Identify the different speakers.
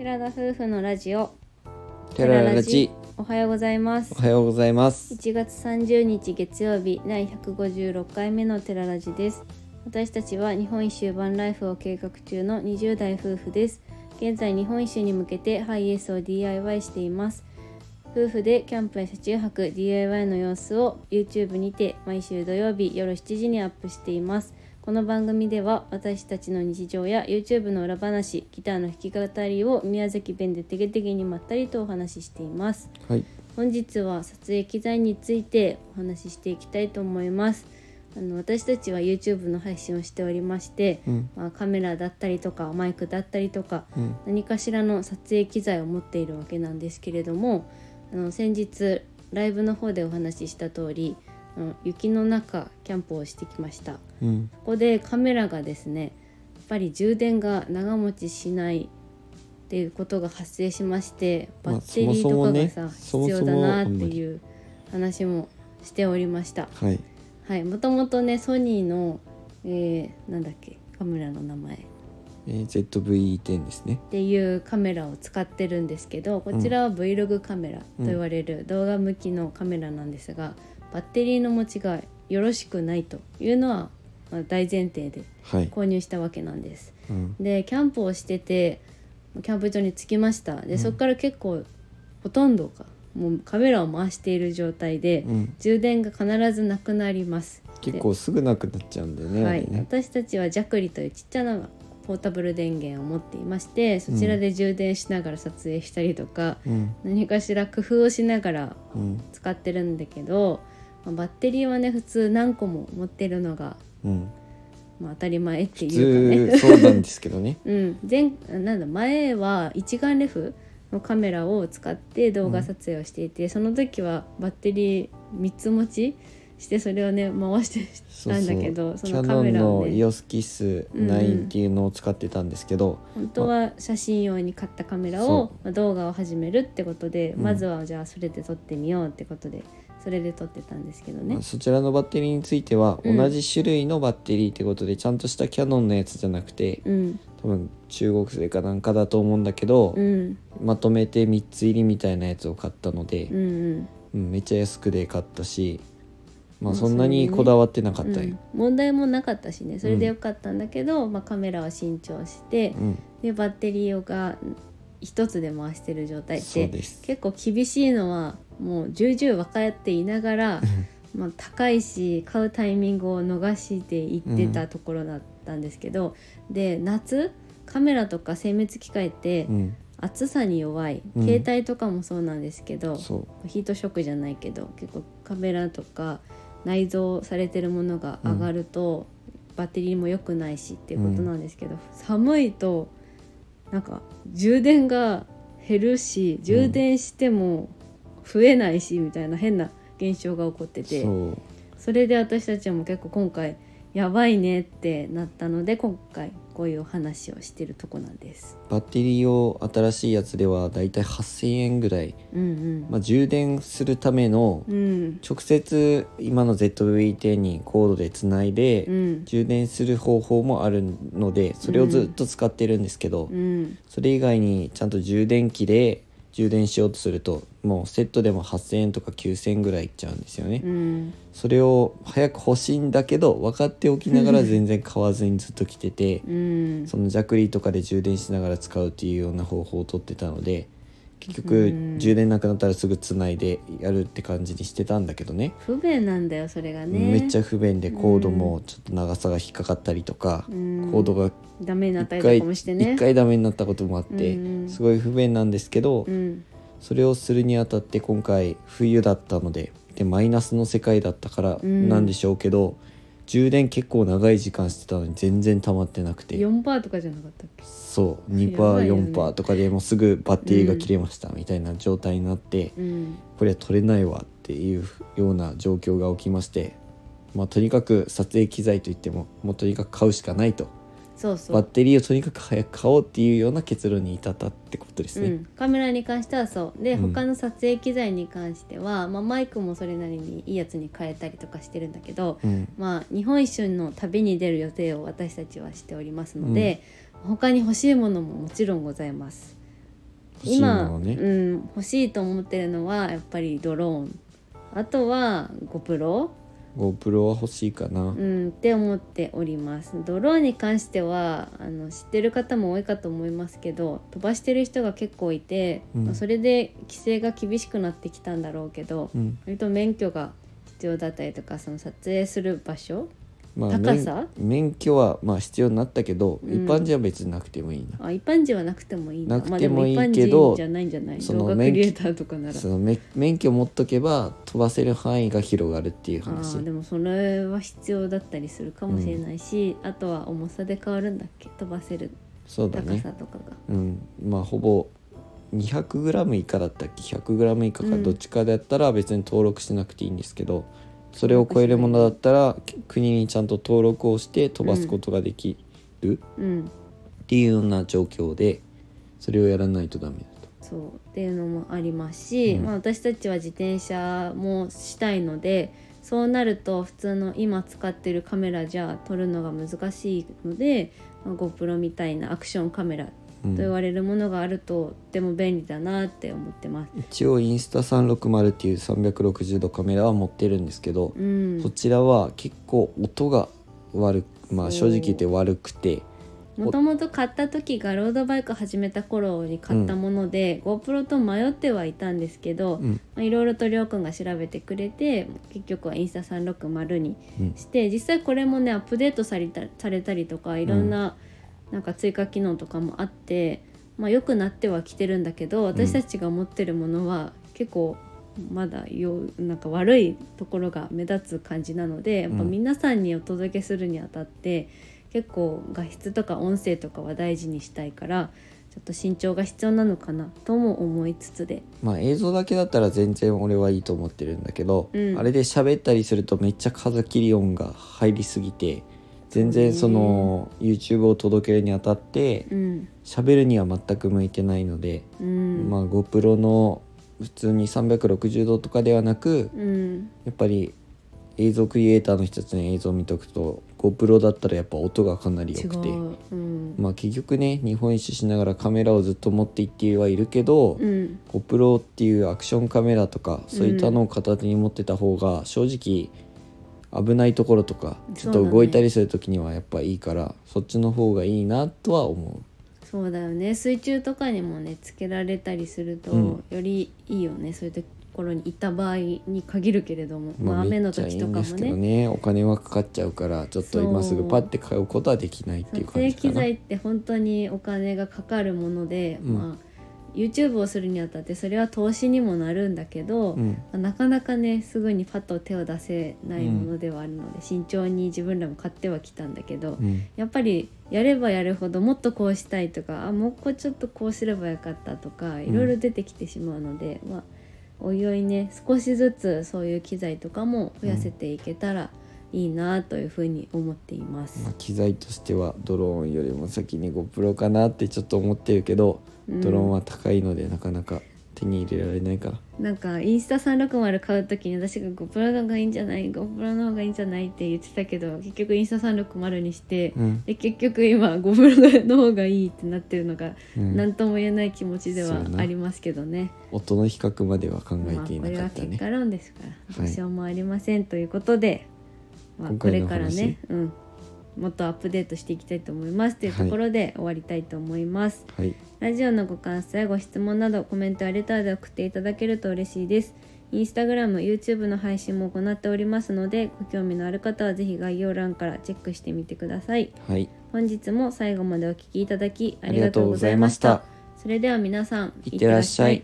Speaker 1: が夫婦のラジオ
Speaker 2: テララジ
Speaker 1: おはようございます
Speaker 2: おはようございます
Speaker 1: 1月30日月曜日第156回目のテララジです私たちは日本一周バンライフを計画中の20代夫婦です現在日本一周に向けてハイエースを DIY しています夫婦でキャンプや車中泊 DIY の様子を YouTube にて毎週土曜日夜7時にアップしていますこの番組では私たちの日常や YouTube の裏話ギターの弾き語りを宮崎弁でてげてげにまったりとお話ししています
Speaker 2: はい
Speaker 1: 本日は撮影機材についてお話ししていきたいと思いますあの私たちは YouTube の配信をしておりまして、
Speaker 2: うん
Speaker 1: まあ、カメラだったりとかマイクだったりとか
Speaker 2: うん
Speaker 1: 何かしらの撮影機材を持っているわけなんですけれどもあの先日ライブの方でお話しした通りあの雪の中キャンプをしてきました
Speaker 2: うん
Speaker 1: ここでカメラがですねやっぱり充電が長持ちしないっていうことが発生しましてバッテリーとかがさ、
Speaker 2: まあそも
Speaker 1: 必
Speaker 2: そもね
Speaker 1: 要だなって
Speaker 2: そもそもあんま
Speaker 1: いう話もしておりました
Speaker 2: はい
Speaker 1: はいもともとねソニーの、えーなんだっけカメラの名前
Speaker 2: えー ZV-10 ですね
Speaker 1: っていうカメラを使ってるんですけどこちらは Vlog カメラと言われる動画向きのカメラなんですが、バッテリーの持ちがよろしくないというのは、まあ、大前提で
Speaker 2: はい
Speaker 1: 購入したわけなんです。
Speaker 2: うん
Speaker 1: でキャンプをしててキャンプ場に着きましたで、そこから結構ほとんどかもうカメラを回している状態で、
Speaker 2: うん
Speaker 1: 充電が必ずなくなります。
Speaker 2: 結構すぐなくなっちゃうんだよね
Speaker 1: は
Speaker 2: あ
Speaker 1: い
Speaker 2: れ、ね
Speaker 1: 私たちはジャクリというちっちゃなポータブル電源を持っていましてそちらで充電しながら撮影したりとか、
Speaker 2: うん
Speaker 1: 何かしら工夫をしながら
Speaker 2: うん
Speaker 1: 使ってるんだけど、まあバッテリーはね普通何個も持ってるのが、
Speaker 2: うん
Speaker 1: まあ、当たり前って
Speaker 2: 普
Speaker 1: いうか
Speaker 2: 通
Speaker 1: ね。
Speaker 2: そうなんですけ どね
Speaker 1: うん、前なんだ前は一眼レフのカメラを使って動画撮影をしていて、その時はバッテリー3つ持ちしてそれをね回して
Speaker 2: そう
Speaker 1: たん
Speaker 2: そ
Speaker 1: だ
Speaker 2: う
Speaker 1: けど
Speaker 2: キ
Speaker 1: の
Speaker 2: ャ
Speaker 1: カ
Speaker 2: ノ
Speaker 1: メ
Speaker 2: ン
Speaker 1: ラを
Speaker 2: の
Speaker 1: ね
Speaker 2: EOSKISS9 っていうのを使ってたんですけど、
Speaker 1: 本当は写真用に買ったカメラを
Speaker 2: そ
Speaker 1: まあ動画を始めるってことで、
Speaker 2: うん
Speaker 1: まずはじゃあそれで撮ってみようってことでそれで撮ってたんですけどね
Speaker 2: まあ、そちらのバッテリーについては
Speaker 1: うん
Speaker 2: 同じ種類のバッテリーってことで、ちゃんとしたキャノンのやつじゃなくて
Speaker 1: うん
Speaker 2: 多分中国製かなんかだと思うんだけど、
Speaker 1: うん
Speaker 2: まとめて3つ入りみたいなやつを買ったので
Speaker 1: うん、うん
Speaker 2: うんめっちゃ安くで買ったし、ま
Speaker 1: まあ
Speaker 2: あ、そんなにこだわってなか
Speaker 1: う
Speaker 2: ったよ
Speaker 1: ん、問題もなかったしねそれでよかったんだけど、まあ、カメラを新調して
Speaker 2: う、ん
Speaker 1: でバッテリーが一つで回してる状態っ
Speaker 2: そう
Speaker 1: て
Speaker 2: です
Speaker 1: 結構厳しいのはもう重々分かっていなが らまあ高いし買うタイミングを逃していってたところだったんですけど、で夏カメラとか精密機械って
Speaker 2: うん
Speaker 1: 暑さに弱い、
Speaker 2: うん
Speaker 1: 携帯とかもそうなんですけど、
Speaker 2: そう
Speaker 1: ヒートショックじゃないけど結構カメラとか内蔵されてるものが上がると、バッテリーも良くないしっていうことなんですけど、寒いとなんか充電が減るし充電しても増えないしみたいな変な現象が起こってて、
Speaker 2: そう
Speaker 1: それで私たちも結構今回やばいねってなったので今回こういうお話をしてるとこなんです。
Speaker 2: バッテリーを新しいやつではだいたい8,000円ぐらい、
Speaker 1: うんうん、
Speaker 2: まあ、充電するための
Speaker 1: うん
Speaker 2: 直接今の ZV-10 にコードでつないで、
Speaker 1: うん
Speaker 2: 充電する方法もあるのでそれをずっと使ってるんですけど、
Speaker 1: うん
Speaker 2: それ以外にちゃんと充電器で充電しようとするともうセットでも8,000円とか9,000円ぐらいいっちゃうんですよね、
Speaker 1: うん
Speaker 2: それを早く欲しいんだけど分かっておきながら全然買わずにずっと来てて
Speaker 1: うん
Speaker 2: そのジャクリとかで充電しながら使うっていうような方法を取ってたので結
Speaker 1: う
Speaker 2: 局
Speaker 1: ん
Speaker 2: 充電なくなったらすぐつないでやるって感じにしてたんだけどね
Speaker 1: 不便なんだよそれがね
Speaker 2: めっちゃ
Speaker 1: ゃ
Speaker 2: 不便でコードもちょっと長さが引っかかったりとか、コードが
Speaker 1: ダメになった
Speaker 2: 一
Speaker 1: り
Speaker 2: 回
Speaker 1: とかもしてね
Speaker 2: 一回ダメになったこともあって、
Speaker 1: うん
Speaker 2: すごい不便なんですけど、
Speaker 1: うん
Speaker 2: それをするにあたって今回冬だったのででマイナスの世界だったから
Speaker 1: ん
Speaker 2: なんでしょうけど、充電結構長い時間してたのに全然溜まってなくて
Speaker 1: 4パーとかじゃなかったっけ
Speaker 2: そう
Speaker 1: やばいよね
Speaker 2: 2%4% とかでもうすぐバッテリーが切れましたみたいな状態になって、
Speaker 1: うん
Speaker 2: これは取れないわっていうような状況が起きまして。まあ、とにかく撮影機材といってももうとにかく買うしかないと
Speaker 1: そうそ
Speaker 2: バッ
Speaker 1: う、
Speaker 2: テリーをとにかく早く買おうっていうような結論に至ったってことです
Speaker 1: う
Speaker 2: ね。
Speaker 1: ん、カメラに関してはそうで、
Speaker 2: うん
Speaker 1: 他の撮影機材に関しては、まあ、マイクもそれなりにいいやつに変えたりとかしてるんだけど、
Speaker 2: うん
Speaker 1: まあ日本一周の旅に出る予定を私たちはしておりますので、他に欲しいものももちろんございます
Speaker 2: 欲しいものをね
Speaker 1: 今、うん、欲しいと思ってるのはやっぱりドローンあとは GoPro、
Speaker 2: GoPro は欲しいかな、
Speaker 1: うん、って思っておりますドローンに関してはあの知ってる方も多いかと思いますけど飛ばしてる人が結構いて、
Speaker 2: うん
Speaker 1: まあそれで規制が厳しくなってきたんだろうけど、
Speaker 2: うん
Speaker 1: 割と免許が必要だったりとかその撮影する場所
Speaker 2: まあ、
Speaker 1: 高さ
Speaker 2: 免免許はまあ必要になったけど、
Speaker 1: うん
Speaker 2: 一般人は別になくてもいいな、
Speaker 1: あ一般人はなくてもいいんだ
Speaker 2: なくてもいい
Speaker 1: まあ、で
Speaker 2: け
Speaker 1: 一般
Speaker 2: ど
Speaker 1: 人じゃないんじゃない
Speaker 2: そ
Speaker 1: 動
Speaker 2: の
Speaker 1: 画ク
Speaker 2: 免許
Speaker 1: リエイターとかなら
Speaker 2: そのめ免許持っとけば飛ばせる範囲が広がるっていう
Speaker 1: あ
Speaker 2: 話
Speaker 1: ーでもそれは必要だったりするかもしれないし、あとは重さで変わるんだっけ飛ばせる
Speaker 2: そうだ
Speaker 1: 高
Speaker 2: ね
Speaker 1: さとかが
Speaker 2: うんまあほぼ 200g 以下だったっけ 100g 以下かどっちかだったら別に登録しなくていいんですけど、それを超えるものだったらき国にちゃんと登録をして飛ばすことができる
Speaker 1: うん
Speaker 2: っていうような状況でそれをやらないとダメだと。
Speaker 1: そうっていうのもありますし、
Speaker 2: うん
Speaker 1: まあ、私たちは自転車もしたいのでそうなると普通の今使ってるカメラじゃ撮るのが難しいので、まあ GoPro みたいなアクションカメラと
Speaker 2: うん
Speaker 1: 言われるものがあるととっても便利だなって思ってます。
Speaker 2: 一応インスタ360っていう360度カメラは持ってるんですけど、
Speaker 1: うん
Speaker 2: こちらは結構音が悪くまあ正直言って悪くて
Speaker 1: もともと買った時がロードバイク始めた頃に買ったもので、GoPro と迷ってはいたんですけど
Speaker 2: うん
Speaker 1: まあいろいろとりょうくんが調べてくれて結局はインスタ360に
Speaker 2: うん
Speaker 1: して、実際これもねアップデートされたされたりとかいろんな,、なんか追加機能とかもあって、まあ、良くなってはきてるんだけど私たちが持ってるものは結構まだよなんか悪いところが目立つ感じなのでやっぱ
Speaker 2: うん
Speaker 1: 皆さんにお届けするにあたって。結構画質とか音声とかは大事にしたいからちょっと慎重が必要なのかなとも思いつつで
Speaker 2: まあ映像だけだったら全然俺はいいと思ってるんだけど、
Speaker 1: うん
Speaker 2: あれで喋ったりするとめっちゃ風切り音が入りすぎて全然その YouTube を届けるにあたって
Speaker 1: うん
Speaker 2: 喋るには全く向いてないので、
Speaker 1: うん、
Speaker 2: まあ GoPro の普通に360度とかではなく
Speaker 1: うん
Speaker 2: やっぱり映像クリエイターの人たちの映像を見とくと GoPro だったらやっぱ音がかなり
Speaker 1: 違
Speaker 2: 良くて
Speaker 1: ううん、
Speaker 2: まあ結局ね日本一周しながらカメラをずっと持っていってはいるけど、
Speaker 1: うん、
Speaker 2: GoPro っていうアクションカメラとかそういったのを片手に持ってた方が正直危ないところとかち
Speaker 1: そ
Speaker 2: ょっ
Speaker 1: う
Speaker 2: と
Speaker 1: だね
Speaker 2: 動いたりする時にはやっぱいいからそっちの方がいいなとは思
Speaker 1: そうだよね水中とかにもねつけられたりすると、
Speaker 2: うん
Speaker 1: よりいいよねそういうところにいた場合に限るけれども、
Speaker 2: う、
Speaker 1: まあ、雨
Speaker 2: め
Speaker 1: の
Speaker 2: っちゃい
Speaker 1: 時
Speaker 2: い
Speaker 1: と
Speaker 2: ん
Speaker 1: か
Speaker 2: で
Speaker 1: も
Speaker 2: すけど
Speaker 1: ね
Speaker 2: ねお金はかかっちゃうからちょっと今すぐパッて買うことはできないっ
Speaker 1: 撮
Speaker 2: ていう感
Speaker 1: 影
Speaker 2: じか
Speaker 1: 機
Speaker 2: な
Speaker 1: 材って本当にお金がかかるもので、
Speaker 2: うん
Speaker 1: まあ YouTube をするにあたってそれは投資にもなるんだけど、
Speaker 2: うん
Speaker 1: なかなかねすぐにパッと手を出せないものではあるので、慎重に自分らも買ってはきたんだけど、
Speaker 2: うん
Speaker 1: やっぱりやればやるほどもっとこうしたいとかあもうこうちょっとこうすればよかったとかいろいろ出てきてしまうので、まあおいおいね少しずつそういう機材とかも増やせていけたらいいなというふうに思っています。
Speaker 2: まあ、機材としてはドローンよりも先に GoPro かなってちょっと思ってるけど、
Speaker 1: うん
Speaker 2: ドローンは高いのでなかなか手に入れられないから
Speaker 1: なんかインスタ360買う時に私が GoPro の方がいいんじゃない GoPro の方がいいんじゃないって言ってたけど結局インスタ360にして、
Speaker 2: うん
Speaker 1: で結局今 GoPro の方がいいってなってるのが
Speaker 2: うん
Speaker 1: 何とも言えない気持ちでは
Speaker 2: そうね
Speaker 1: ありますけどね。
Speaker 2: 音の比較までは考え
Speaker 1: まあ
Speaker 2: てい
Speaker 1: こ
Speaker 2: な
Speaker 1: れ
Speaker 2: か
Speaker 1: は
Speaker 2: った
Speaker 1: 結
Speaker 2: ね。
Speaker 1: 果論ですから、
Speaker 2: はい
Speaker 1: どうしようもありませんということで、まあ、
Speaker 2: 今
Speaker 1: こ
Speaker 2: 回
Speaker 1: れ
Speaker 2: の
Speaker 1: からね、うん、もっとアップデートしていきたいと思いますというところで終わりたいと思います。
Speaker 2: はい、
Speaker 1: ラジオのご感想やご質問などコメントやレターで送っていただけると嬉しいです。インスタグラム、YouTube の配信も行っておりますので、ご興味のある方はぜひ概要欄からチェックしてみてください。
Speaker 2: はい、
Speaker 1: 本日も最後までお聴きいただきあ
Speaker 2: あ
Speaker 1: り
Speaker 2: り
Speaker 1: が
Speaker 2: が
Speaker 1: と
Speaker 2: と
Speaker 1: う
Speaker 2: う
Speaker 1: ご
Speaker 2: ご
Speaker 1: ざ
Speaker 2: ざ
Speaker 1: い
Speaker 2: い
Speaker 1: ま
Speaker 2: ま
Speaker 1: し。
Speaker 2: したた
Speaker 1: それでは皆さん、
Speaker 2: いってらっしゃい